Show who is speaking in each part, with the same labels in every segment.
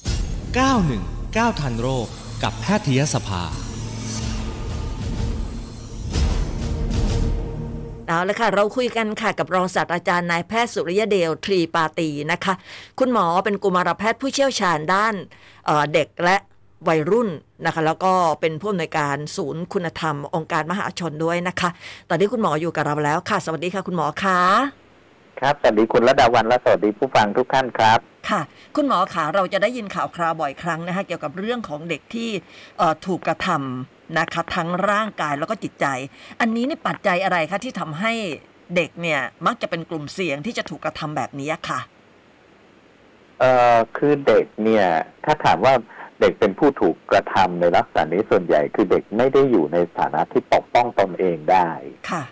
Speaker 1: 919 ทันโรคกับแพทยสภา
Speaker 2: เอาละค่ะ เราคุยกันค่ะกับรองศาสตราจารย์นายแพทย์สุริยเดลทรีปาตีนะคะ คุณหมอเป็นกุมารแพทย์ผู้เชี่ยวชาญด้านเอ่อเด็กและวัยรุ่นนะคะ แล้วก็เป็นผู้อำนวยการศูนย์คุณธรรม องค์การมหาชนด้วยนะคะ ตอนนี้คุณหมออยู่กับเราแล้วค่ะ สวัสดีค่ะ คุณหมอคะ
Speaker 3: ครับ สวัสดีคุณระดาวันและสวัสดีผู้ฟังทุกท่านครับ
Speaker 2: ค่ะ คุณหมอคะเราจะได้ยินข่าวคราวบ่อยครั้งนะคะเกี่ยวกับเรื่องของเด็กที่เอ่อถูกกระทำนะคะทั้งร่างกายแล้วก็จิตใจ อันนี้นี่ปัจจัยอะไรคะที่ทำให้เด็กเนี่ยมักจะเป็นกลุ่มเสี่ยงที่จะถูกกระทำแบบนี้อะค่ะ
Speaker 3: เอ่อคือเด็กเนี่ย ถ้าถามว่าเด็กเป็นผู้ถูกกระทำในลักษณะนี้ส่วนใหญ่ คือเด็กไม่ได้อยู่ในสถานะที่ปกป้องตนเองได้
Speaker 2: ค่ะ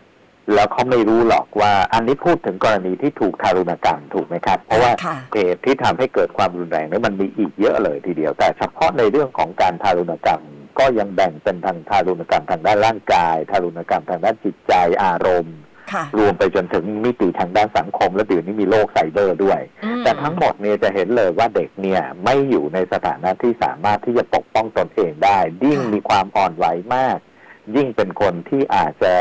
Speaker 3: แล้วเขาไม่รู้หรอกว่า อันนี้พูดถึงกรณีที่ถูกทารุณกรรมถูกไหมครับ เพราะว่า
Speaker 2: ค่ะ
Speaker 3: เหตุที่ทำให้เกิดความรุนแรงเนี่ยมันมีอีกเยอะเลยทีเดียว แต่เฉพาะในเรื่องของการทารุณกรรม ก็ยังแบ่งเป็นทางทารุณกรรมทางด้านร่างกาย ทารุณกรรมทางด้านจิตใจอารมณ์
Speaker 2: ค่ะ
Speaker 3: รวมไปจนถึงมิติทางด้านสังคม และเดี๋ยวนี้มีโลกไซเบอร์ด้วย
Speaker 2: อืม
Speaker 3: แต่ทั้งหมดเนี่ยจะเห็นเลยว่าเด็กเนี่ยไม่อยู่ในสถานะที่สามารถที่จะปกป้องตนเองได้ ยิ่งมีความอ่อนไหวมาก ยิ่งเป็นคนที่อาจจะ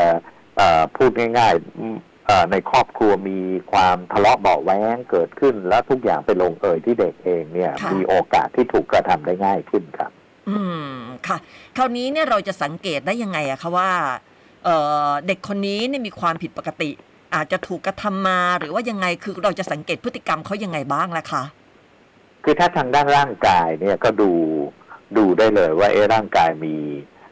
Speaker 3: เอ่อพูดง่ายๆอืมเอ่อในครอบครัวมีความทะเลาะเบาะแว้งเกิดขึ้น แล้วทุกอย่างไปลงเอยที่เด็กเองเนี่ยมีโอกาสที่ถูกกระทำได้ง่ายขึ้นครับ
Speaker 2: อืมค่ะ คราวนี้เนี่ยเราจะสังเกตได้ยังไงอะคะว่าเอ่อเด็กคนนี้เนี่ยมีความผิดปกติ อาจจะถูกกระทำมาหรือว่ายังไงคือเราจะสังเกตพฤติกรรมเขายังไงบ้างล่ะคะ
Speaker 3: คือถ้าทางด้านร่างกายเนี่ยก็ดูดูได้เลยว่าเอะร่างกายมี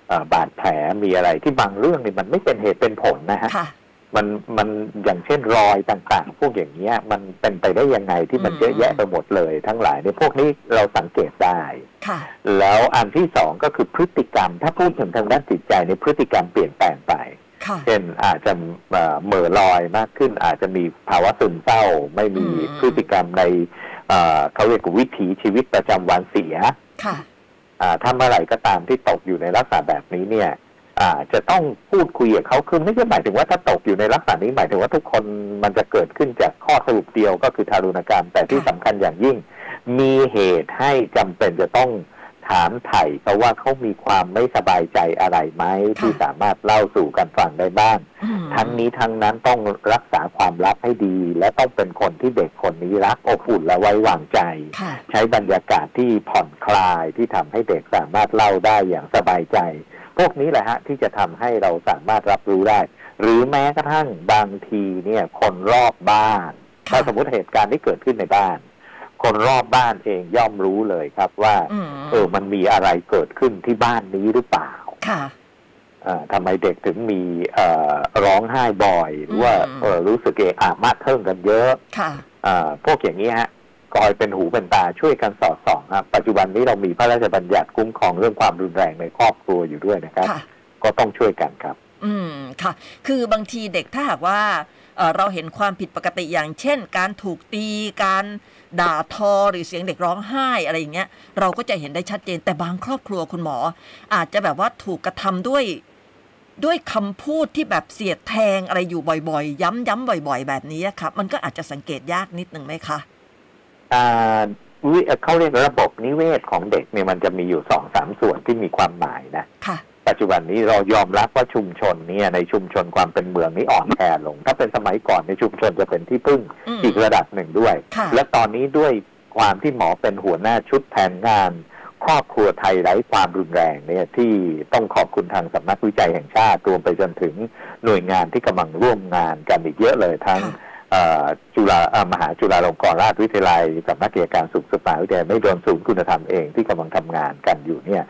Speaker 3: เอ่อบาดแผลมีอะไรที่บางเรื่องเนี่ยมันไม่เป็นเหตุเป็นผลนะฮะ
Speaker 2: ค่ะ
Speaker 3: มันมันอย่างเช่นรอยต่างๆ พวกอย่างเงี้ยมันเป็นไปได้ยังไงที่มัน
Speaker 2: อืม
Speaker 3: เยอะแยะไปหมดเลยทั้งหลายเนี่ยพวกนี้เราสังเกตได้
Speaker 2: ค่ะ
Speaker 3: แล้วอันที่สองก็คือพฤติกรรม ถ้าพูดถึงทางด้านจิตใจในยพฤติกรรมเปลี่ยนแปลงไป
Speaker 2: ค่ะ
Speaker 3: เช่นอาจจะเอ่อเหม่อลอยมากขึ้น อาจจะมีภาวะซึมเศร้า ไม่มี
Speaker 2: อืม
Speaker 3: พฤติกรรมในเอ่อเขาเรียกว่าวิถีชีวิตประจำวันเสีย
Speaker 2: ค่ะ
Speaker 3: อ่าถ้าเมื่อไหร่ก็ตามที่ตกอยู่ในลักษณะแบบนี้เนี่ยอ่าจะต้องพูดคุยกับเขาคือไม่ใช่หมายถึงว่าถ้าตกอยู่ในลักษณะนี้หมายถึงว่าทุกคนมันจะเกิดขึ้นจากข้อสรุปเดียวก็คือทารุณกรรม แต่ที่
Speaker 2: ค่ะ
Speaker 3: สำคัญอย่างยิ่ง มีเหตุให้จำเป็นจะต้องถามไถ่เพราะว่าเขามีความไม่สบายใจอะไรไหมที่สามารถเล่าสู่กันฟังได้บ้าง
Speaker 2: อืม
Speaker 3: ทั้งนี้ทั้งนั้นต้องรักษาความลับให้ดี และต้องเป็นคนที่เด็กคนนี้รักอบอุ่นและไว้วางใจ
Speaker 2: ค่ะ
Speaker 3: ใช้บรรยากาศที่ผ่อนคลายที่ทำให้เด็กสามารถเล่าได้อย่างสบายใจ พวกนี้แหละฮะที่จะทำให้เราสามารถรับรู้ได้ หรือแม้กระทั่งบางทีเนี่ยคนรอบบ้าน
Speaker 2: ค่ะ
Speaker 3: ถ้าสมมติเหตุการณ์ที่เกิดขึ้นในบ้าน คนรอบบ้านเองย่อมรู้เลยครับว่า
Speaker 2: อืม
Speaker 3: เออมันมีอะไรเกิดขึ้นที่บ้านนี้หรือเปล่า
Speaker 2: ค่ะ
Speaker 3: อ่าทำไมเด็กถึงมีเอ่อร้องไห้บ่อย หรือว่า
Speaker 2: อืม
Speaker 3: เออรู้สึกเอะอะมากเทิงกันเยอะ
Speaker 2: ค่ะ
Speaker 3: อ่าพวกอย่างนี้ฮะคอยเป็นหูเป็นตาช่วยกันสอดส่องครับปัจจุบันนี้เรามีพระราชบัญญัติคุ้มครองเรื่องความรุนแรงในครอบครัวอยู่ด้วยนะครับ
Speaker 2: ค่ะ
Speaker 3: ก็ต้องช่วยกันครับ
Speaker 2: อืมค่ะ คือบางทีเด็กถ้าหากว่าเอ่อเราเห็นความผิดปกติอย่างเช่น การถูกตีการด่าทอหรือเสียงเด็กร้องไห้อะไรอย่างเงี้ยเราก็จะเห็นได้ชัดเจนแต่บางครอบครัวคุณหมอ อาจจะแบบว่าถูกกระทำด้วยด้วยคำพูดที่แบบเสียดแทงอะไรอยู่บ่อยๆ ย้ำย้ำบ่อย ๆ แบบนี้อะครับมันก็อาจจะสังเกตยากนิดนึงไหมคะ
Speaker 3: อ่าวิเขาเรียกระบบนิเวศของเด็กเนี่ยมันจะมีอยู่สองสามส่วนที่มีความหมายนะ
Speaker 2: ค่ะ
Speaker 3: ปัจจุบันนี้เรายอมรับว่าชุมชนเนี่ยในชุมชนความเป็นเมืองนี้อ่อนแอลง ถ้าเป็นสมัยก่อนในชุมชนจะเป็นที่พึ่ง
Speaker 2: อืม
Speaker 3: อีกระดับหนึ่งด้วย
Speaker 2: ค่ะ
Speaker 3: และตอนนี้ด้วยความที่หมอเป็นหัวหน้าชุดแผนงาน ครอบครัวไทยไร้ความรุนแรงเนี่ยที่ต้องขอบคุณทางสำนักวิจัยแห่งชาติรวมไปจนถึงหน่วยงานที่กำลังร่วมงานกันอีกเยอะเลยทั้ง
Speaker 2: ค่ะ
Speaker 3: เอ่อจุฬาเอ่อมหาจุฬาลงกรณราชวิทยาลัยสำนักกิจการสุขศึกษาวิทยาลัยไม่โดนศูนย์คุณธรรมเองที่กำลังทำงานกันอยู่เนี่ย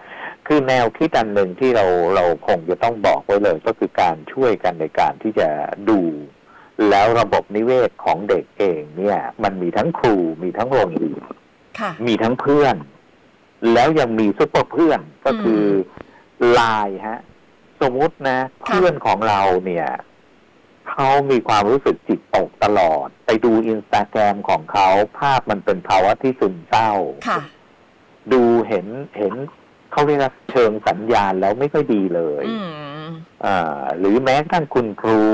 Speaker 3: คือแนวคิดอันหนึ่งที่เราเราคงจะต้องบอกไว้เลย ก็คือการช่วยกันในการที่จะดู แล้วระบบนิเวศของเด็กเองเนี่ย มันมีทั้งครูมีทั้งโรงเรียน
Speaker 2: ค่ะ
Speaker 3: มีทั้งเพื่อน แล้วยังมีซุปเปอร์เพื่อนก็คือไลน์ฮะ สมมุตินะ
Speaker 2: ค่ะ
Speaker 3: เพื่อนของเราเนี่ยเขามีความรู้สึกจิตตกตลอด ไปดูอินสตาแกรมของเขาภาพมันเป็นภาวะที่ซึมเศร้า
Speaker 2: ค่ะ
Speaker 3: ดูเห็นเห็นเขาเรียกว่าเชิงสัญญาณแล้วไม่ค่อยดีเลย
Speaker 2: อืม
Speaker 3: อ่าหรือแม้กระทั่งคุณครู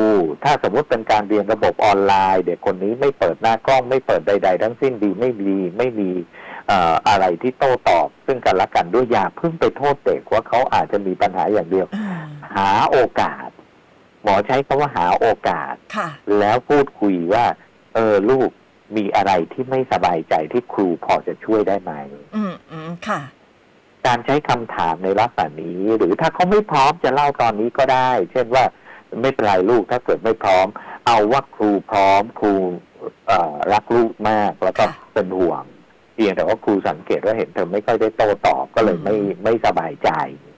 Speaker 3: ถ้าสมมติเป็นการเรียนระบบออนไลน์ เด็กคนนี้ไม่เปิดหน้ากล้องไม่เปิดใด ๆ ทั้งสิ้นดีไม่ดีไม่มี เอ่ออะไรที่โต้ตอบ ซึ่งกันและกันด้วยอย่าเพิ่งไปโทษเด็กว่าเขาอาจจะมีปัญหาอย่างเดียว
Speaker 2: อ่า
Speaker 3: หาโอกาส หมอใช้คำว่าหาโอกาส
Speaker 2: ค่ะ
Speaker 3: แล้วพูดคุยว่า เออลูกมีอะไรที่ไม่สบายใจที่ครูพอจะช่วยได้ไหม
Speaker 2: อืมอืมค่ะ
Speaker 3: การใช้คำถามในลักษณะนี้ หรือถ้าเขาไม่พร้อมจะเล่าตอนนี้ก็ได้ เช่นว่าไม่เป็นไรลูกถ้าเกิดไม่พร้อม เอาว่าครูพร้อมครูเอ่อรักลูกมากแล้วก็
Speaker 2: ค่ะ
Speaker 3: เป็นห่วงเพียงแต่ว่าครูสังเกตว่าเห็นเธอไม่ค่อยได้โต้ตอบก็เลย
Speaker 2: อืม
Speaker 3: ไม่ไม่สบายใจ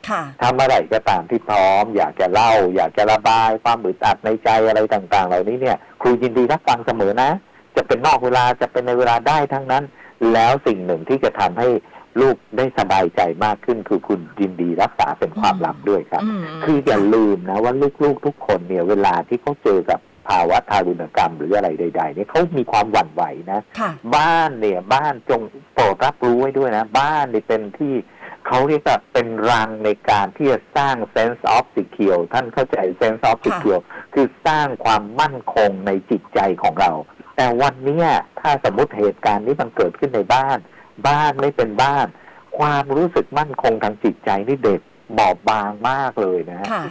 Speaker 2: ค่ะ
Speaker 3: ถ้าเมื่อไหร่ก็ตามที่พร้อม อยากจะเล่า อยากจะระบายความอึดอัดในใจอะไรต่าง ๆ เหล่านี้เนี่ย ครูยินดีรับฟังเสมอนะ จะเป็นนอกเวลาจะเป็นในเวลาได้ทั้งนั้น แล้วสิ่งหนึ่งที่จะทำให้ลูกได้สบายใจมากขึ้น คือคุณยินดีรักษาเป็นความลับด้วยครับ
Speaker 2: อืม
Speaker 3: คืออย่าลืมนะว่าลูกๆทุกคนเนี่ยเวลาที่เขาเจอกับภาวะทารุณกรรมหรืออะไรใด ๆ เนี่ยเขามีความหวั่นไหวนะ
Speaker 2: ค่ะ
Speaker 3: บ้านเนี่ย บ้านจงโปรดรับรู้ไว้ด้วยนะ บ้านเนี่ยเป็นที่เขาเรียกว่าเป็นรังในการที่จะสร้าง sense of secure ท่านเข้าใจ sense of
Speaker 2: ค่ะ
Speaker 3: secure คือสร้างความมั่นคงในจิตใจของเรา แต่วันเนี้ยถ้าสมมติเหตุการณ์นี้มันเกิดขึ้นในบ้าน บ้านไม่เป็นบ้าน ความรู้สึกมั่นคงทางจิตใจนี่เด็กบอบบางมากเลยนะฮะ
Speaker 2: ค่ะ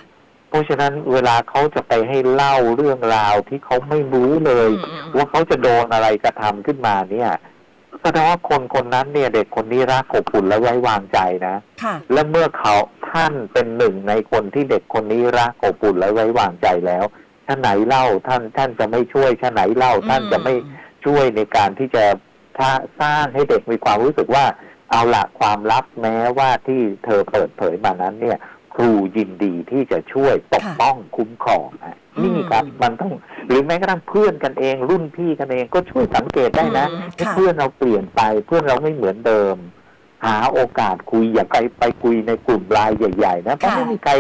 Speaker 3: เพราะฉะนั้นเวลาเขาจะไปให้เล่าเรื่องราวที่เขาไม่รู้เลย
Speaker 2: อืมอืมอืม
Speaker 3: ว่าเขาจะโดนอะไรกระทำขึ้นมาเนี่ยแสดงว่าคนคนนั้นเนี่ย เด็กคนนี้รักอบอุ่นและไว้วางใจนะ
Speaker 2: ค่ะ
Speaker 3: และเมื่อเขาท่านเป็นหนึ่งในคนที่เด็กคนนี้รักอบอุ่นและไว้วางใจแล้วท่านไหนเล่าท่านท่านจะไม่ช่วยท่านไหนเล่าท่านจะไม่ช่วยในการที่จะสร้างให้เด็กมีความรู้สึกว่า เอาละความลับแม้ว่าที่เธอเปิดเผยมานั้น เนี่ย ครูยินดีที่จะช่วยปก
Speaker 2: ค่ะ
Speaker 3: ป้องคุ้มครองนะ
Speaker 2: อืม
Speaker 3: นี่ครับมันต้องหรือแม้กระทั่งเพื่อนกันเอง รุ่นพี่กันเองก็ช่วยสังเกตได้นะ
Speaker 2: อืม
Speaker 3: ถ้า
Speaker 2: ค่ะ
Speaker 3: เพื่อนเราเปลี่ยนไปเพื่อนเราไม่เหมือนเดิม หาโอกาสคุยอย่าไปไปคุยในกลุ่มไลน์ใหญ่ๆนะเพราะ
Speaker 2: ค่ะ
Speaker 3: ไม่มีใคร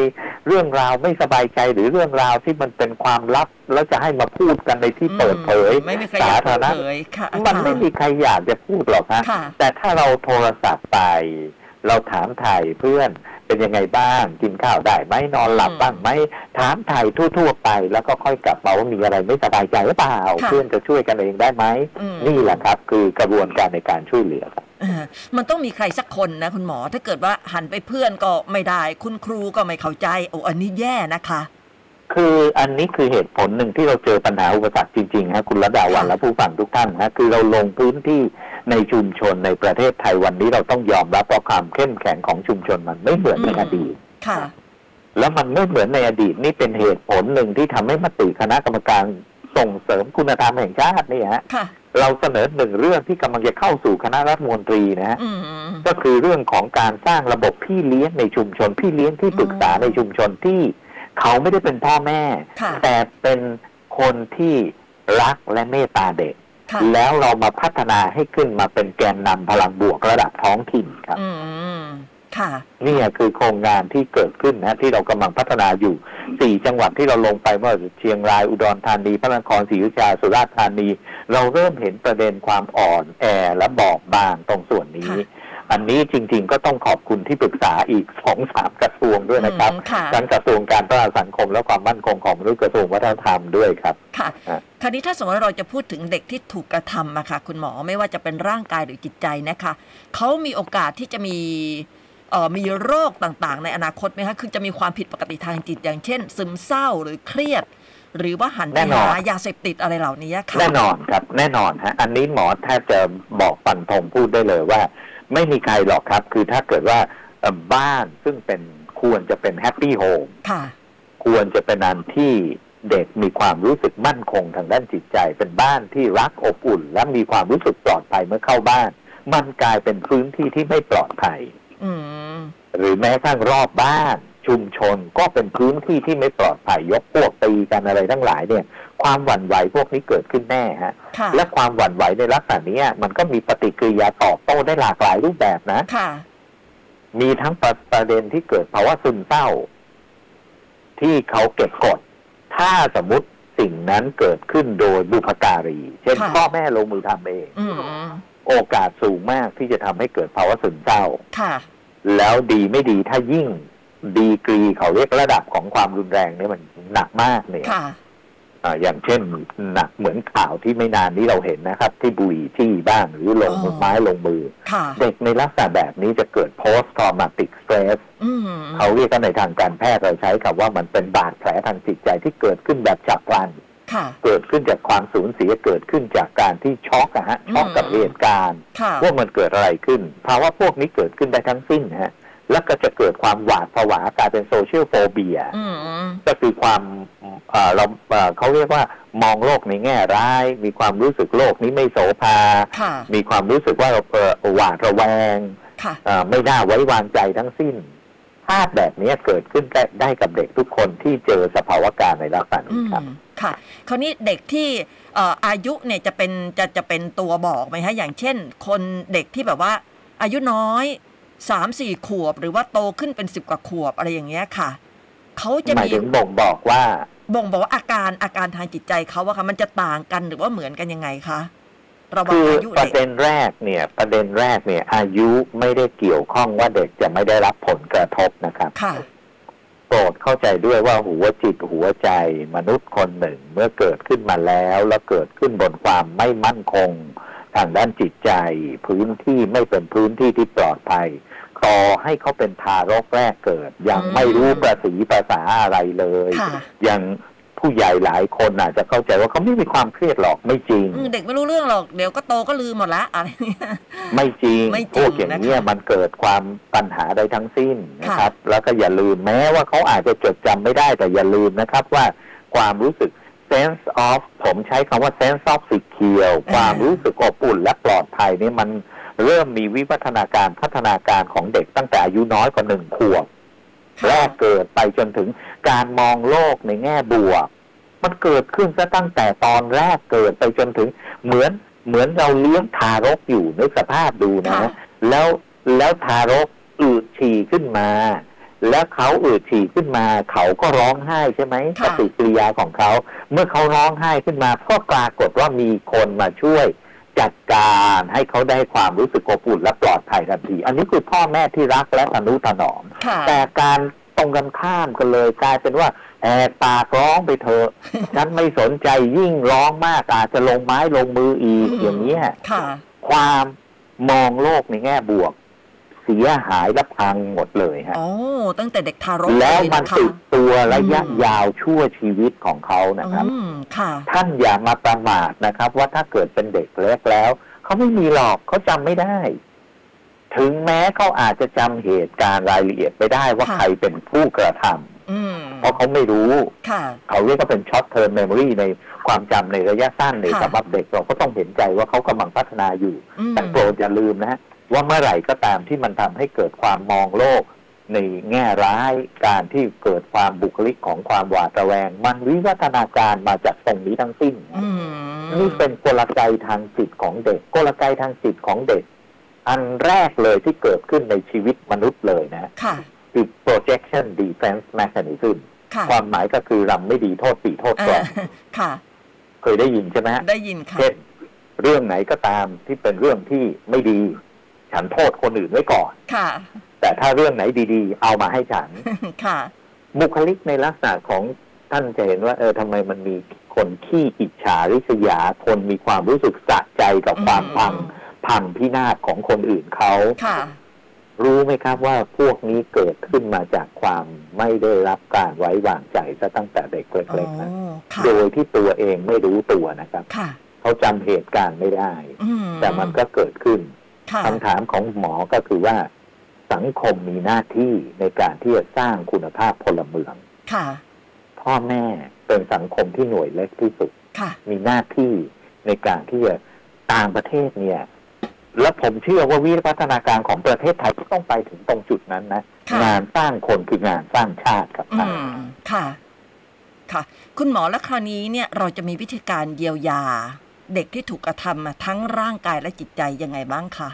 Speaker 3: เรื่องราวไม่สบายใจหรือเรื่องราวที่มันเป็นความลับ แล้วจะให้มาพูดกันในที่เปิดเผย
Speaker 2: อืมไม่มีใครอยา
Speaker 3: สาก
Speaker 2: เปิ
Speaker 3: ธาร
Speaker 2: ด
Speaker 3: ณะ
Speaker 2: เผยค่ะ
Speaker 3: มันไม่มีใครอยากจะพูดหรอกฮะ
Speaker 2: ค่ะ
Speaker 3: แต่ถ้าเราโทรศัพท์ไป เราถามถ่ายเพื่อนเป็นยังไงบ้าง กินข้าวได้ไหมนอนหลับ
Speaker 2: อืม
Speaker 3: บ้างไหมถามถ่ายทั่ว ๆ ไป แล้วก็ค่อยกลับมาว่ามีอะไรไม่สบายใจหรือเปล่า
Speaker 2: ค่ะ
Speaker 3: เพื่อนจะช่วยกันเองได้ไหม
Speaker 2: อืม
Speaker 3: นี่แหละครับ คือกระบวนการในการช่วยเหลือครับ
Speaker 2: เออมันต้องมีใครสักคนนะคุณหมอถ้าเกิดว่าหันไปเพื่อนก็ไม่ได้ คุณครูก็ไม่เข้าใจโอ้อันนี้แย่นะคะ
Speaker 3: คืออันนี้คือเหตุผลหนึ่งที่เราเจอปัญหาอุปสรรคจริงๆฮะคุณระดาวันและผู้ฟังทุกท่านฮะคือเราลงพื้นที่ในชุมชนในประเทศไทยวันนี้เราต้องยอมรับว่าความเข้มแข็งของชุมชนมันไม่เหมือนในอดีต
Speaker 2: ค่ะ
Speaker 3: แล้วมันไม่เหมือนในอดีตนี่เป็นเหตุผลหนึ่งที่ทำให้มติคณะกรรมการส่งเสริมคุณธรรมแห่งชาตินี่ฮะ
Speaker 2: ค่ะ
Speaker 3: เราเสนอหนึ่งเรื่องที่กำลังจะเข้าสู่คณะรัฐมนตรีนะฮะ
Speaker 2: อืม
Speaker 3: ก็คือเรื่องของการสร้างระบบพี่เลี้ยงในชุมชน พี่เลี้ยงที่ปรึกษา
Speaker 2: อืม
Speaker 3: ในชุมชนที่เขาไม่ได้เป็นพ่อแม่
Speaker 2: ค่ะ
Speaker 3: แต่เป็นคนที่รักและเมตตาเด็ก
Speaker 2: ค่ะ
Speaker 3: แล้วเรามาพัฒนาให้ขึ้นมาเป็นแกนนำพลังบวกระดับท้องถิ่นครับ
Speaker 2: อืม ค่ะ
Speaker 3: เนี่ยคือโครงงานที่เกิดขึ้นนะที่เรากำลังพัฒนาอยู่ 4 จังหวัดที่เราลงไปเมื่อเชียงรายอุดรธานีพระนครศรีอยุธยาสุราษฎร์ธานี เราเริ่มเห็นประเด็นความอ่อนแอและบอบบางตรงส่วนนี้
Speaker 2: ค่ะ
Speaker 3: อันนี้จริงๆก็ต้องขอบคุณที่ปรึกษาอีกสองสามกระทรวงด้วยนะครับ
Speaker 2: อืมค่ะ
Speaker 3: ทั้งกระทรวงการพัฒนาสังคมและความมั่นคงของมนุษย์กระทรวงวัฒนธรรมด้วยครับ
Speaker 2: ค่ะ
Speaker 3: อ่ะ
Speaker 2: คราวนี้ถ้าสมมติว่าเราจะพูดถึงเด็กที่ถูกกระทำอะค่ะ คุณหมอไม่ว่าจะเป็นร่างกายหรือจิตใจนะคะ เขามีโอกาสที่จะมีเอ่อมีโรคต่างๆ ในอนาคตไหมคะ คือจะมีความผิดปกติทางจิตอย่างเช่น ซึมเศร้าหรือเครียด หรือว่าหันไปหายาเสพติดอะไรเหล่านี้ค่ะ
Speaker 3: แน่นอนครับ แน่นอนฮะอันนี้หมอแทบจะบอกฟันธงพูดได้เลยว่า ไม่มีใครหรอกครับ คือถ้าเกิดว่าเอ่อบ้านซึ่งเป็นควรจะเป็นแฮปปี้โฮม
Speaker 2: ค่ะ
Speaker 3: ควรจะเป็นอันที่เด็กมีความรู้สึกมั่นคงทางด้านจิตใจ เป็นบ้านที่รักอบอุ่น และมีความรู้สึกปลอดภัยเมื่อเข้าบ้าน มันกลายเป็นพื้นที่ที่ไม่ปลอดภัย
Speaker 2: อืม
Speaker 3: หรือแม้กระทั่งรอบบ้าน ชุมชนก็เป็นพื้นที่ที่ไม่ปลอดภัยยกพวกตีกันอะไรทั้งหลายเนี่ย ความหวั่นไหวพวกนี้เกิดขึ้นแน่ฮะ
Speaker 2: ค่ะ
Speaker 3: และความหวั่นไหวในลักษณะเนี้ยมันก็มีปฏิกิริยาตอบโต้ได้หลากหลายรูปแบบนะ
Speaker 2: ค่ะ
Speaker 3: มีทั้งประประเด็นที่เกิดภาวะซึมเศร้า ที่เขาเก็บกด ถ้าสมมติสิ่งนั้นเกิดขึ้นโดยบุพการี เช่น
Speaker 2: ค่ะ
Speaker 3: พ่อแม่ลงมือทำเอง
Speaker 2: อืม
Speaker 3: โอกาสสูงมากที่จะทำให้เกิดภาวะซึมเศร้า
Speaker 2: ค่ะ
Speaker 3: แล้วดีไม่ดีถ้ายิ่งดีกรีเขาเรียกระดับของความรุนแรงเนี่ยมันหนักมากเนี่ย
Speaker 2: ค่ะ
Speaker 3: อ่าอย่างเช่นหนักเหมือนข่าวที่ไม่นานนี้เราเห็นนะครับ ที่บุหรี่ที่บ้างหรือลง
Speaker 2: อ๋อ
Speaker 3: ไม้ลงมือ
Speaker 2: ค่ะ
Speaker 3: เด็กในลักษณะแบบนี้จะเกิด post traumatic stress
Speaker 2: อืม
Speaker 3: เขาเรียกกันในทางการแพทย์เราใช้คำว่ามันเป็นบาดแผลทางจิตใจที่เกิดขึ้นแบบฉับพลัน
Speaker 2: ค่ะ
Speaker 3: เกิดขึ้นจากความสูญเสียเกิดขึ้นจากการที่ช็อกอะฮะช็อกกับ
Speaker 2: อืม
Speaker 3: เหตุการณ์
Speaker 2: ค่ะ
Speaker 3: ว่ามันเกิดอะไรขึ้นภาวะพวกนี้เกิดขึ้นได้ทั้งสิ้นนะฮะแล้วก็จะเกิดความหวาดผวากลายเป็นโซเชียลโฟเบีย
Speaker 2: อืม
Speaker 3: ก็คือความเอ่อเราเอ่อเขาเรียกว่ามองโลกในแง่ร้าย มีความรู้สึกโลกนี้ไม่โสภา
Speaker 2: ค่ะ
Speaker 3: มีความรู้สึกว่าเราเอ่อหวาดระแวง
Speaker 2: ค่ะ
Speaker 3: เอ่อไม่น่าไว้วางใจทั้งสิ้นภาพแบบนี้เกิดขึ้นได้ได้กับเด็กทุกคนที่เจอสภาวะการณ์ในลักษณะ
Speaker 2: อื
Speaker 3: นี้
Speaker 2: ม
Speaker 3: ครับ
Speaker 2: ค่ะ คราวนี้เด็กที่เอ่ออายุเนี่ยจะเป็นจะจะเป็นตัวบอกไหมฮะ อย่างเช่น คนเด็กที่แบบว่า อายุน้อยสามสี่ขวบ หรือว่าโตขึ้นเป็นสิบกว่าขวบอะไรอย่างเงี้ยค่ะ เขาจะ
Speaker 3: หมาย
Speaker 2: มี
Speaker 3: ถึงบ่งบอกว่า
Speaker 2: บ่งบอกว่าอาการอาการทางจิตใจเขาว่าค่ะมันจะต่างกันหรือว่าเหมือนกันยังไงคะระหว่าง
Speaker 3: คือ
Speaker 2: อายุ
Speaker 3: ป
Speaker 2: เด็
Speaker 3: ระ
Speaker 2: ก
Speaker 3: เด็นแรกเนี่ย ประเด็นแรกเนี่ย อายุไม่ได้เกี่ยวข้องว่าเด็กจะไม่ได้รับผลกระทบนะครับ
Speaker 2: ค่ะ
Speaker 3: โปรดเข้าใจด้วยว่าหัวจิตหัวใจมนุษย์คนหนึ่งเมื่อเกิดขึ้นมาแล้ว แล้วเกิดขึ้นบนความไม่มั่นคง ทางด้านจิตใจ พื้นที่ไม่เป็นพื้นที่ที่ปลอดภัย ต่อให้เขาเป็นทารกแรกเกิด ยัง
Speaker 2: อืม
Speaker 3: ไม่รู้ประสีภาษาอะไรเลย
Speaker 2: ค่ะ
Speaker 3: ยังผู้ใหญ่หลายคนอาจจะเข้าใจว่าเขาไม่มีความเครียดหรอกไม่จริง
Speaker 2: อืมเด็กไม่รู้เรื่องหรอก เดี๋ยวก็โตก็ลืมหมดละอะไรเงี้ย
Speaker 3: ไม่จริง
Speaker 2: ไม่จริง
Speaker 3: พวกอย่างเนี้ย
Speaker 2: นะคะ
Speaker 3: มันเกิดความปัญหาใดทั้งสิ้นนะครับ แล้วก็อย่าลืมแม้ว่าเขาอาจจะจดจำไม่ได้แต่อย่าลืมนะครับว่าความรู้สึก sense of ผมใช้คำว่า sense of secure
Speaker 2: อ่า
Speaker 3: ความรู้สึกอบอุ่นและปลอดภัยเนี่ยมันเริ่มมีวิวัฒนาการพัฒนาการของเด็กตั้งแต่อายุน้อยกว่าหนึ่งขวบ แรกเกิดไปจนถึงการมองโลกในแง่บวก มันเกิดขึ้นซะตั้งแต่ตอนแรกเกิดไปจนถึงเหมือนเหมือนเราเลี้ยงทารกอยู่นึกสภาพดูนะ
Speaker 2: ค่ะ
Speaker 3: แล้วแล้วทารกอืดฉี่ขึ้นมา แล้วเขาอืดฉี่ขึ้นมา เขาก็ร้องไห้ใช่ไหมป
Speaker 2: ค่ะ
Speaker 3: ฏิกิริยาของเขา เมื่อเขาร้องไห้ขึ้นมาก็ปรากฏว่ามีคนมาช่วย จัดการให้เขาได้ความรู้สึกอบอุ่นและปลอดภัยทันที อันนี้คือพ่อแม่ที่รักและทนุถนอม
Speaker 2: ค่ะ
Speaker 3: แต่การตรงกันข้ามกันเลยกลายเป็นว่าแอบปากร้องไปเถอะ ฉันไม่สนใจยิ่งร้องมากอาจจะลงไม้ลงมืออีก
Speaker 2: อืม
Speaker 3: อย่างเงี้ย
Speaker 2: ค่ะ
Speaker 3: ความมองโลกในแง่บวก เสียหายและพังหมดเลยฮะ
Speaker 2: อ๋อ ตั้งแต่เด็กทารก
Speaker 3: แล้วมัน
Speaker 2: เยะคะ
Speaker 3: ติดตัวระยะ
Speaker 2: อืม
Speaker 3: ยาวชั่วชีวิตของเขานะครับ
Speaker 2: อืม ค่ะ
Speaker 3: ท่านอย่ามาประมาทนะครับ ว่าถ้าเกิดเป็นเด็กเล็กแล้ว เขาไม่มีหรอกเขาจำไม่ได้ ถึงแม้เขาอาจจะจำเหตุการณ์รายละเอียดไม่ได้ว่า
Speaker 2: ค่ะ
Speaker 3: ใครเป็นผู้กระทำ
Speaker 2: อืม
Speaker 3: เพราะเขาไม่รู้
Speaker 2: ค่ะ
Speaker 3: เขาเรียกว่าเป็นช็อตเทอร์เมมโมรีในความจำในระยะสั้นใน
Speaker 2: ค่ะ
Speaker 3: สำหรับเด็กเราก็ต้องเห็นใจว่าเขากำลังพัฒนาอยู่
Speaker 2: อืม
Speaker 3: แต่โปรดอย่าลืมนะฮะว่าเมื่อไหร่ก็ตามที่มันทำให้เกิดความมองโลก ในแง่ร้ายการที่เกิดความบุคลิกของความหวาดระแวง มันวิวัฒนาการมาจากตรงนี้ทั้งสิ้น
Speaker 2: อืม
Speaker 3: นี่เป็นกลไกทางจิตของเด็ก กลไกทางจิตของเด็ก อันแรกเลยที่เกิดขึ้นในชีวิตมนุษย์เลยนะ
Speaker 2: ค่ะ
Speaker 3: คือ projection defense mechanism
Speaker 2: ค่ะ
Speaker 3: ความหมายก็คือรำไม่ดีโทษปีโทษ
Speaker 2: อ่า
Speaker 3: แกรน
Speaker 2: ค่ะ
Speaker 3: เคยได้ยินใช่ไหมฮะ
Speaker 2: ได้ยินค่ะ
Speaker 3: เช่นเรื่องไหนก็ตามที่เป็นเรื่องที่ไม่ดี ฉันโทษคนอื่นไว้ก่อน
Speaker 2: ค่ะ
Speaker 3: แต่ถ้าเรื่องไหนดีๆ เอามาให้ฉั น
Speaker 2: ค่ะ
Speaker 3: บุคลิกในลักษณะของท่านจะเห็นว่าเออทำไมมันมีคนขี้อิจฉาริษยา คนมีความรู้สึกสะใจกับความพัง พังพินาศของคนอื่นเขา
Speaker 2: ค่ะ
Speaker 3: รู้ไหมครับว่าพวกนี้เกิดขึ้นมาจากความไม่ได้รับการไว้วางใจซะตั้งแต่เด็กเ
Speaker 2: อ๋อ
Speaker 3: ล็กๆนะ
Speaker 2: ค่ะ
Speaker 3: โดยที่ตัวเองไม่รู้ตัวนะครับ
Speaker 2: ค่ะ
Speaker 3: เขาจำเหตุการณ์ไม่ได้
Speaker 2: อืม
Speaker 3: แต่มันก็เกิดขึ้น
Speaker 2: ค่ะ
Speaker 3: คำถามของหมอก็คือว่า สังคมมีหน้าที่ในการที่จะสร้างคุณภาพพลเมือง
Speaker 2: ค่ะ
Speaker 3: พ่อแม่เป็นสังคมที่หน่วยเล็กที่สุด
Speaker 2: ค่ะ
Speaker 3: มีหน้าที่ในการที่จะต่างประเทศเนี่ย และผมเชื่อว่าวิวัฒนาการของประเทศไทยก็ต้องไปถึงตรงจุดนั้นนะ
Speaker 2: ค่ะ
Speaker 3: งานสร้างคนคืองานสร้างชาติครับ
Speaker 2: อืม ค่ะ ค่ะ คุณหมอและคราวนี้เนี่ยเราจะมีวิธีการเยียวยา เด็กที่ถูกกระทำมาทั้งร่างกายและจิตใจยังไงบ้างคะ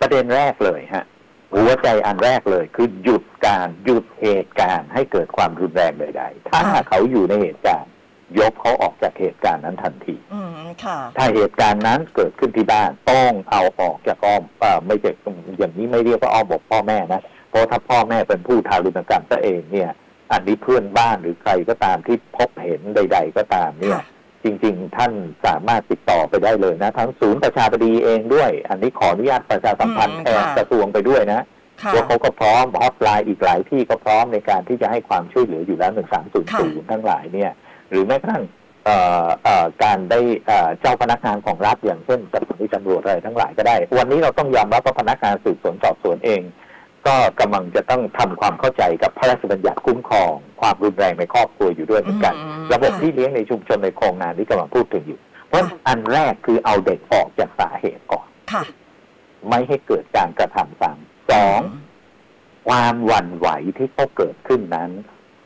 Speaker 3: ประเด็นแรกเลยฮะหัวใจอันแรกเลยคือหยุดการหยุดเหตุการณ์ให้เกิดความรุนแรงใดๆถ้า
Speaker 2: ค่ะ
Speaker 3: เขาอยู่ในเหตุการณ์ ยกเขาออกจากเหตุการณ์นั้นทันที
Speaker 2: อืม ค่ะ
Speaker 3: ถ้าเหตุการณ์นั้นเกิดขึ้นที่บ้านต้องเอาออกจากอ้อมเอ่อไม่ใช่อย่างนี้ไม่เรียกว่าอ้อมบอกพ่อแม่นะเพราะถ้าพ่อแม่เป็นผู้ทารุณกรรมตัวเองเนี่ย อันนี้เพื่อนบ้านหรือใครก็ตามที่พบเห็นใด ๆ ก็ตามเนี่ย
Speaker 2: ค่ะ
Speaker 3: จริงๆ ท่านสามารถติดต่อไปได้เลยนะ ทั้งศูนย์ประชาบดีเองด้วย อันนี้ขออนุญาตประชาสัมพันธ์
Speaker 2: อืม
Speaker 3: แทน
Speaker 2: ค่ะ
Speaker 3: กระทรวงไปด้วยนะ
Speaker 2: ค่ะ
Speaker 3: ว่าเขาก็พร้อมฮอตไลน์อีกหลายที่ก็พร้อมในการที่จะให้ความช่วยเหลืออยู่แล้วหนึ่งสามศูนย์
Speaker 2: ค่ะ
Speaker 3: ศูนย์ทั้งหลายเนี่ย หรือแม้กระทั่งเอ่อเอ่อการได้เอ่อเจ้าพนักงานของรัฐอย่างเช่นตำรวจตำรวจอะไรทั้งหลายก็ได้ วันนี้เราต้องยอมรับว่าพนักงานสืบสวนสอบสวนเอง ก็กำลังจะต้องทำความเข้าใจกับพระราชบัญญัติคุ้มครอง ความรุนแรงในครอบครัวอยู่ด้วยเหมือนกัน
Speaker 2: อืม
Speaker 3: ระบบ
Speaker 2: ค่ะ
Speaker 3: ที่เลี้ยงในชุมชนในโครงงานที่กำลังพูดถึงอยู่ เพราะ
Speaker 2: ค่ะ
Speaker 3: อันแรกคือเอาเด็กออกจากสาเหตุก่อน
Speaker 2: ค่ะ
Speaker 3: ไม่ให้เกิดการกระทำซ้ำสอง ความหวั่นไหวที่เขาเกิดขึ้นนั้น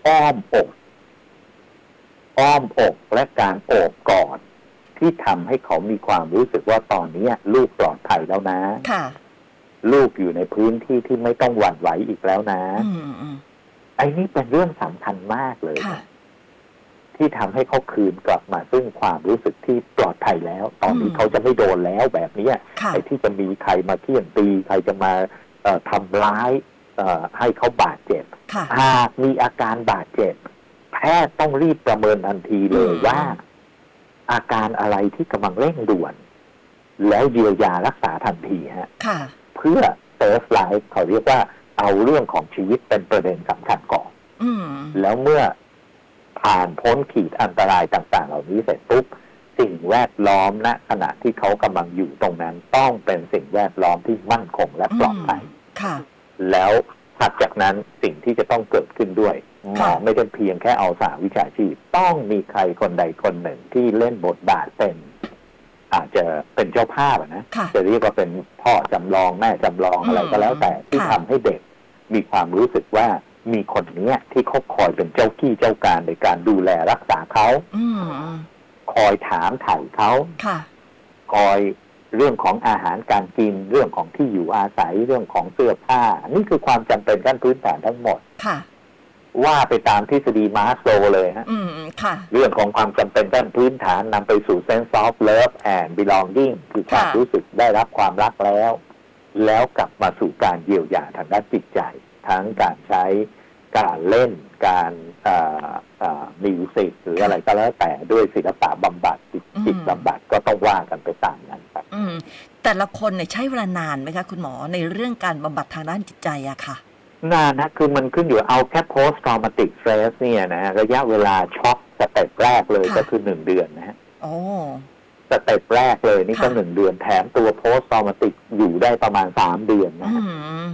Speaker 3: อ้อมอก อ้อมอกและการโอบกอดที่ทำให้เขามีความรู้สึกว่าตอนเนี้ย ลูกปลอดภัยแล้วนะ
Speaker 2: ค่ะ
Speaker 3: ลูกอยู่ในพื้นที่ที่ไม่ต้องหวั่นไหวอีกแล้วนะ
Speaker 2: อืมอืม
Speaker 3: ไอ้นี่เป็นเรื่องสำคัญมากเลย
Speaker 2: ค่ะ
Speaker 3: ที่ทำให้เขาคืนกลับมาซึ่งความรู้สึกที่ปลอดภัยแล้ว ตอนนี้
Speaker 2: อืม
Speaker 3: เขาจะไม่โดนแล้วแบบเนี้ย
Speaker 2: ค่ะ
Speaker 3: ไอ้ที่จะมีใครมาเคี่ยนตี ใครจะมาเอ่อทำร้ายเอ่อให้เขาบาดเจ็บ
Speaker 2: ค่ะ
Speaker 3: หากมีอาการบาดเจ็บ แพทย์ต้องรีบประเมินทันทีเลย
Speaker 2: อืม
Speaker 3: ว่า อาการอะไรที่กำลังเร่งด่วน แล้วเยียวยารักษาทันทีฮะ
Speaker 2: ค่ะ
Speaker 3: เพื่อเซ v ร์ฟไลฟ์เขาเรียกว่าเอาเรื่องของชีวิตเป็นประเด็นสำคัญก่อน
Speaker 2: อืม
Speaker 3: แล้วเมื่อผ่านพ้นขีดอันตรายต่าง ๆ เหล่านี้เสร็จปุ๊บสิ่งแวดล้อมณขณะที่เขากำลังอยู่ตรงนั้น ต้องเป็นสิ่งแวดล้อมที่มั่นคงและปลอดภัย
Speaker 2: ค่ะ
Speaker 3: แล้วถัดจากนั้นสิ่งที่จะต้องเกิดขึ้นด้วยหมอ
Speaker 2: ค่ะ
Speaker 3: ไม่ได้เพียงแค่เอาสาวิชาชีพ ต้องมีใครคนใดคนหนึ่งที่เล่นบทบาทเป็น อาจจะเป็นเจ้าภาพอะนะ
Speaker 2: ค่ะ
Speaker 3: จะเรียกว่าเป็นพ่อจำลองแม่จำลอง
Speaker 2: อืม
Speaker 3: อะไรก็แล้วแต่ที่
Speaker 2: ค่ะ
Speaker 3: ทำให้เด็ก มีความรู้สึกว่ามีคนเนี้ยที่เขาคอยเป็นเจ้าขี้เจ้าการในการดูแลรักษาเขา
Speaker 2: อืมอืม
Speaker 3: คอยถามถ่ายเขา
Speaker 2: ค่ะ
Speaker 3: คอยเรื่องของอาหารการกินเรื่องของที่อยู่อาศัยเรื่องของเสื้อผ้า นี่คือความจำเป็นขั้นพื้นฐานทั้งหมด
Speaker 2: ค่ะ
Speaker 3: ว่าไปตามทฤษฎีมาสโลว์เลยฮะ
Speaker 2: อืมค่ะ
Speaker 3: เรื่องของความจำเป็นขั้นพื้นฐานนำไปสู่ sense of love and belonging คือความ
Speaker 2: ค่ะ
Speaker 3: รู้สึกได้รับความรักแล้ว แล้วกลับมาสู่การเยียวยาทางด้านจิตใจ ทั้งการใช้การเล่นการมิวสิกหรืออะไรก็แล้วแต่ด้วยศิลปะบำบัดจิตจิตบำบัดก็ต้องว่ากันไปตามนั้นครับ
Speaker 2: อืม แต่ละคนเนี่ยใช้เวลานานไหมคะคุณหมอในเรื่องการบำบัดทางด้านจิตใจอะค่ะ
Speaker 3: นานนะคือมันขึ้นอยู่เอาแค่ post traumatic stress เนี่ยนะฮะระยะเวลาช็อกสเต็ปแรกเลย
Speaker 2: ค่ะ
Speaker 3: ก็คือหนึ่งเดือนนะฮะ
Speaker 2: โอ้
Speaker 3: สเต็ปแรกเลยนี่ก็
Speaker 2: ค่ะ
Speaker 3: หนึ่งเดือนแถมตัว post traumatic อยู่ได้ประมาณสามเดือนนะ
Speaker 2: อื
Speaker 3: ฮะ
Speaker 2: ม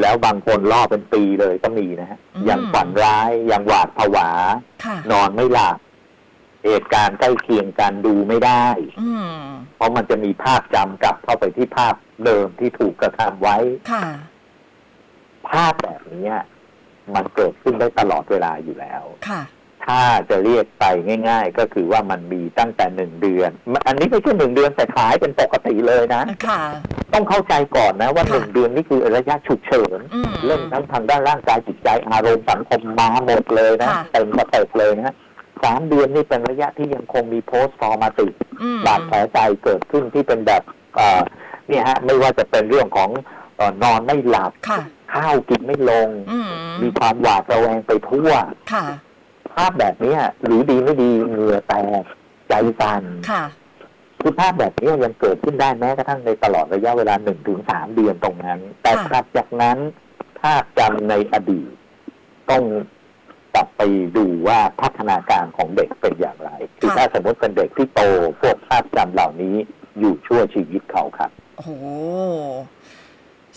Speaker 3: แล้วบางคนล่อเป็นปีเลยก็มีนะฮะ
Speaker 2: อืม
Speaker 3: ยังฝันร้ายยังหวาดผวา
Speaker 2: ค่ะ
Speaker 3: นอนไม่หลับเหตุการณ์ใกล้เคียงกันดูไม่ได้
Speaker 2: อืม
Speaker 3: เพราะมันจะมีภาพจำกลับเข้าไปที่ภาพเดิมที่ถูกกระทำไว้
Speaker 2: ค่ะ
Speaker 3: ภาพแบบเนี้ยมันเกิดขึ้นได้ตลอดเวลาอยู่แล้ว
Speaker 2: ค่ะ
Speaker 3: ถ้าจะเรียกไปง่าย ๆ ก็คือว่ามันมีตั้งแต่หนึ่งเดือน อันนี้ไม่ใช่หนึ่งเดือนแต่ขายเป็นปกติเลยนะ
Speaker 2: ค่ะ
Speaker 3: ต้องเข้าใจก่อนนะว่า
Speaker 2: ค่ะ
Speaker 3: หนึ่งเดือนนี่คือระยะฉุกเฉิน
Speaker 2: อืม
Speaker 3: เรื่องทั้งทางด้านร่างกายจิตใจอารมณ์สังคมมาหมดเลยนะ
Speaker 2: ค่ะ
Speaker 3: เต็มกระเต็มเลยนะสามเดือนนี่เป็นระยะที่ยังคงมีโพสต์ฟอร์มาติก
Speaker 2: อืม
Speaker 3: บาดแผลใจเกิดขึ้นที่เป็นแบบเอ่อเนี่ยฮะไม่ว่าจะเป็นเรื่องของเอ่อนอนไม่หลับ
Speaker 2: ค่ะ
Speaker 3: ข้าวกินไม่ลง
Speaker 2: อืม
Speaker 3: มีความหวาดระแวงไปทั่ว
Speaker 2: ค่ะ
Speaker 3: ภาพแบบเนี้ยหรือดีไม่ดีเหงื่อแตกใจสั่น
Speaker 2: ค่ะ
Speaker 3: คือภาพแบบเนี้ยยังเกิดขึ้นได้แม้กระทั่งในตลอดระยะเวลาหนึ่งถึงสามเดือนตรงนั้น แต่
Speaker 2: ค่ะ
Speaker 3: ถัดจากนั้นภาพจำในอดีต ต้องกลับไปดูว่าพัฒนาการของเด็กเป็นอย่างไรคือถ้าสมมติเป็นเด็กที่โต พวกภาพจำเหล่านี้อยู่ชั่วชีวิตเขาครับ
Speaker 2: โอ้โห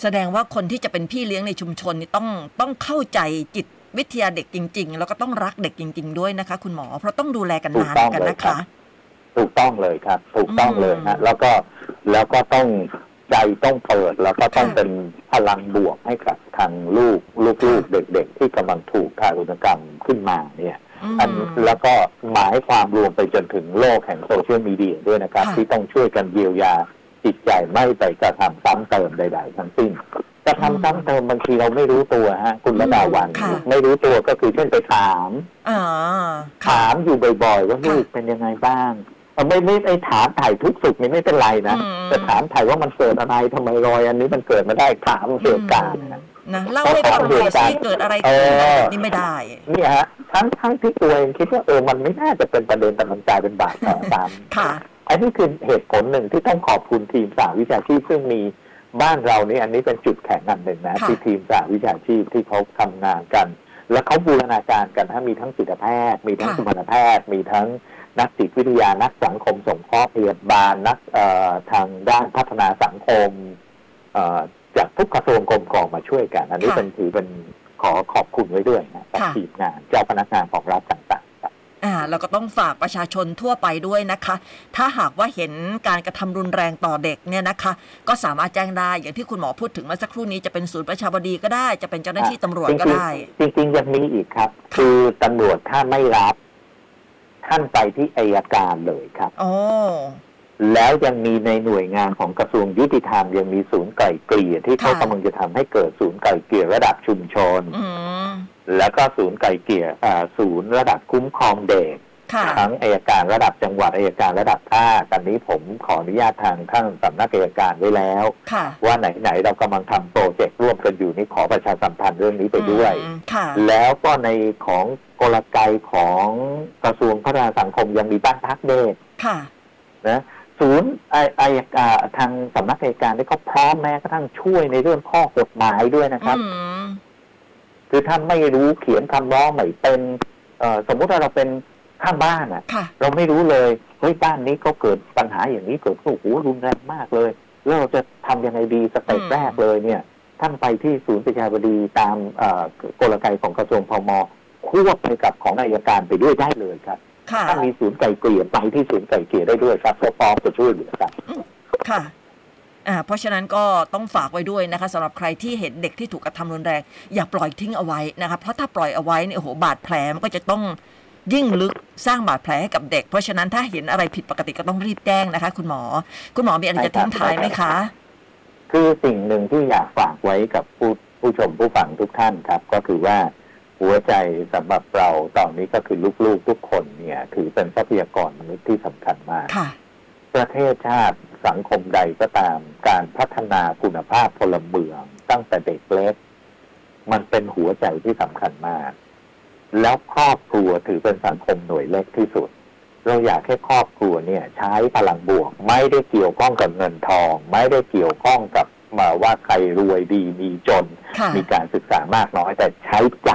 Speaker 2: แสดงว่าคนที่จะเป็นพี่เลี้ยงในชุมชนนี่ต้องต้องเข้าใจจิตวิทยาเด็กจริง ๆ แล้วก็ต้องรักเด็กจริง ๆ ด้วยนะคะ คุณหมอ เพราะต้องดูแลกัน
Speaker 3: ถูก
Speaker 2: นาน
Speaker 3: ต้อง
Speaker 2: กัน
Speaker 3: เลย
Speaker 2: นะ
Speaker 3: ครั
Speaker 2: คะ
Speaker 3: บ ถูกต้องเลยครับ ถูกต้องเลย
Speaker 2: อืม
Speaker 3: ฮะแล้วก็แล้วก็ต้องใจต้องเปิด แล้วก็ต้อง
Speaker 2: ค่ะ
Speaker 3: เป็นพลังบวกให้กับทางลูกลูกๆเด็ก ๆ ที่กำลังถูกทารุณกรรมขึ้นมาเนี่ย
Speaker 2: ม
Speaker 3: อันแล้วก็หมายความรวมไปจนถึงโลกแห่งโซเชียลมีเดียด้วยนะครับ
Speaker 2: ค่ะ
Speaker 3: ที่ต้องช่วยกันเยียวยาจิตใจไม่ไปกระทำซ้ำเติมใด ๆ ทั้งสิ้นกระทำซ้ำเติมบางทีเราไม่รู้ตัวฮะ คุณระดาวัน
Speaker 2: ค่ะ
Speaker 3: ไม่รู้ตัวก็คือเช่นไปถาม
Speaker 2: อ่าค่ะ
Speaker 3: ถามอยู่บ่อยๆ ว่า
Speaker 2: ค่ะ
Speaker 3: ลูกเป็นยังไงบ้างเอ่อไม่ไม่ไอ้ถามถ่ายทุกสุขนี่ไม่เป็นไรนะ
Speaker 2: อืม
Speaker 3: แต่ถามถ่ายว่ามันเกิดอะไรทำไมรอยอันนี้มันเกิดมาได้ถามเหตุการณ์นะ
Speaker 2: นะเล่าให้ฟังหน่อยสิเกิดอะไรขึ้นนี่ไม่ได้
Speaker 3: เนี่ยฮะทั้งทั้งที่ตัวเองคิดว่าเออมันไม่น่าจะเป็นประเด็นแต่มันกลายเป็นบาดแผลตาม
Speaker 2: ค่ะ
Speaker 3: อันนี้คือเหตุผลหนึ่งที่ต้องขอบคุณทีมสาวิชาชีพซึ่งมีบ้านเรานี่อันนี้เป็นจุดแข็งอันหนึ่งนะ
Speaker 2: ค่ะ
Speaker 3: ที่ทีมสาวิชาชีพที่เขาทำงานกัน แล้วเขาบูรณาการกันถ้ามีทั้งจิตแพทย์ มีทั้ง
Speaker 2: ค่ะ
Speaker 3: สมรแพทย์ มีทั้งนักจิตวิทยานักสังคมสงเคราะห์พยาบาลนักเอ่อทางด้านพัฒนาสังคมเอ่อจากทุกกระทรวงกรมกองมาช่วยกัน อันนี้
Speaker 2: ค่ะ
Speaker 3: เป็นถือเป็นขอขอบคุณไว้ด้วยนะกับ
Speaker 2: ค่ะ
Speaker 3: ทีมงานเจ้าพนักงานของรัฐต่างๆครับ
Speaker 2: อ่าเราก็ต้องฝากประชาชนทั่วไปด้วยนะคะ ถ้าหากว่าเห็นการกระทำรุนแรงต่อเด็กเนี่ยนะคะ ก็สามารถแจ้งได้ อย่างที่คุณหมอพูดถึงเมื่อสักครู่นี้จะเป็นศูนย์ประชาบดีก็ได้ จะเป็นเจ้าหน้าที่ตำรวจก็ได้
Speaker 3: จริงๆจริงๆยังมีอีกครับ คือตำรวจถ้าไม่รับ ท่านไปที่อายการเลยครับ
Speaker 2: โอ้
Speaker 3: แล้วยังมีในหน่วยงานของกระทรวงยุติธรรมยังมีศูนย์ไกล่เกลี่ยที่เขา
Speaker 2: ค่ะ
Speaker 3: กำลังจะทำให้เกิดศูนย์ไกล่เกลี่ยระดับชุมชน
Speaker 2: อืม
Speaker 3: แล้วก็ศูนย์ไกล่เกลี่ยอ่าศูนย์ระดับคุ้มครองเด็ก
Speaker 2: ค่ะ
Speaker 3: ทั้งอายการระดับจังหวัดอายการระดับภาคตอนนี้ผมขออนุญาตทางท่านสำนักอายการไว้แล้ว
Speaker 2: ค่ะ
Speaker 3: ว่าไหนๆเรากำลังทำโปรเจกต์ร่วมกันอยู่นี่ขอประชาสัมพันธ์เรื่องนี้ไปด้วย
Speaker 2: อืมค่ะ
Speaker 3: แล้วก็ในของกลไกของกระทรวงพัฒนาสังคมยังมีบ้านพักเด็ก
Speaker 2: ค่ะ
Speaker 3: นะศูนย์ไอไออ่าทางสำนักอัยการได้ก็พร้อมแม้กระทั่งช่วยในเรื่องข้อกฎหมายด้วยนะครับ
Speaker 2: อืม
Speaker 3: คือถ้าไม่รู้เขียนคำร้องใหม่เป็นเอ่อสมมุติว่าเราเป็นข้างบ้านอะ
Speaker 2: ค่ะ
Speaker 3: เราไม่รู้เลยเฮ้ยบ้านนี้ก็เกิดปัญหาอย่างนี้เกิดขึ้นโอ้โหรุนแรงมากเลย แล้วเราจะทำยังไงดีสเต็ป
Speaker 2: อืม
Speaker 3: แรกเลยเนี่ยท่านไปที่ศูนย์ประชาบดีตามเอ่อกลไกของกระทรวงพมควบไปกับของอายการไปด้วยได้เลยครับ
Speaker 2: ค่ะ
Speaker 3: ถ้ามีศูนย์ไก่เกลี่ยไปที่ศูนย์ไก่เกลี่ยได้ด้วยครับก็พร้อมจะช่วยเหลือครับ
Speaker 2: ค่ะอ่าเพราะฉะนั้นก็ต้องฝากไว้ด้วยนะคะสำหรับใครที่เห็นเด็กที่ถูกกระทำรุนแรง อย่าปล่อยทิ้งเอาไว้นะคะเพราะถ้าปล่อยเอาไว้เนี่ยโอ้โหบาดแผลมันก็จะต้องยิ่งลึกสร้างบาดแผลให้กับเด็ก เพราะฉะนั้นถ้าเห็นอะไรผิดปกติก็ต้องรีบแจ้งนะคะ คุณหมอ คุณหมอมีอะไรจะทิ้งท้ายไหมคะ
Speaker 3: คือสิ่งหนึ่งที่อยากฝากไว้กับผู้ผู้ชมผู้ฟังทุกท่านครับ ก็คือว่าหัวใจสำหรับเราตอนนี้ก็คือลูกๆทุกคนเนี่ยถือเป็นทรัพยากรมนุษย์ที่สำคัญมาก
Speaker 2: ค่ะ
Speaker 3: ประเทศชาติสังคมใดก็ตามการพัฒนาคุณภาพพลเมือง ตั้งแต่เด็กเล็ก มันเป็นหัวใจที่สำคัญมาก แล้วครอบครัวถือเป็นสังคมหน่วยเล็กที่สุด เราอยากให้ครอบครัวเนี่ย ใช้พลังบวก ไม่ได้เกี่ยวข้องกับเงินทอง ไม่ได้เกี่ยวข้องกับมาว่าใครรวยดีมีจน
Speaker 2: ค่ะ
Speaker 3: มีการศึกษามากน้อยแต่ใช้ใจ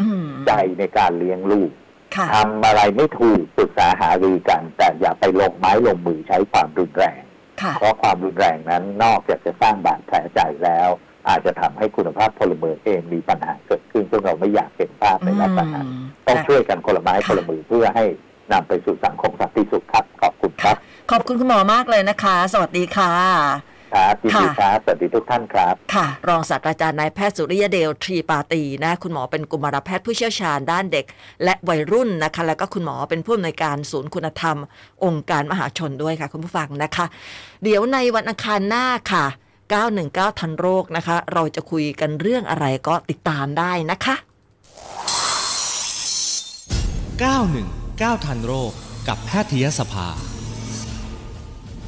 Speaker 2: อืม
Speaker 3: ใจในการเลี้ยงลูก
Speaker 2: ค่ะ
Speaker 3: ทำอะไรไม่ถูกปรึกษาหารือกัน แต่อย่าไปลงไม้ลงมือใช้ความรุนแรง
Speaker 2: ค่ะ
Speaker 3: เพราะความรุนแรงนั้นนอกจากจะสร้างบาดแผลใจแล้ว อาจจะทำให้คุณภาพพลเมืองเองมีปัญหาเกิดขึ้นซึ่งเราไม่อยากเห็นภาพในลักษณะนั้นต้องช่วยกันคนละไม้คนละมือเพื่อให้นำไปสู่สังคมสันติสุขครับขอบคุณครับ
Speaker 2: ขอบคุณคุณหมอมากเลยนะคะ สวัสดีค่ะ
Speaker 3: ครับยินดีครับสวัสดีทุกท่านครับ
Speaker 2: ค่ะ รองศาสตราจารย์นายแพทย์สุริยเดลทรีปาตีนะ คุณหมอเป็นกุมารแพทย์ผู้เชี่ยวชาญด้านเด็ก และวัยรุ่นนะคะ แล้วก็คุณหมอเป็นผู้อำนวยการศูนย์คุณธรรม องค์การมหาชนด้วยค่ะ คุณผู้ฟังนะคะ เดี๋ยวในวันอังคารหน้าค่ะ 919 ทันโรคนะคะ เราจะคุยกันเรื่องอะไรก็ติดตามได้นะคะ
Speaker 1: 919 ทันโรคกับแพทยสภา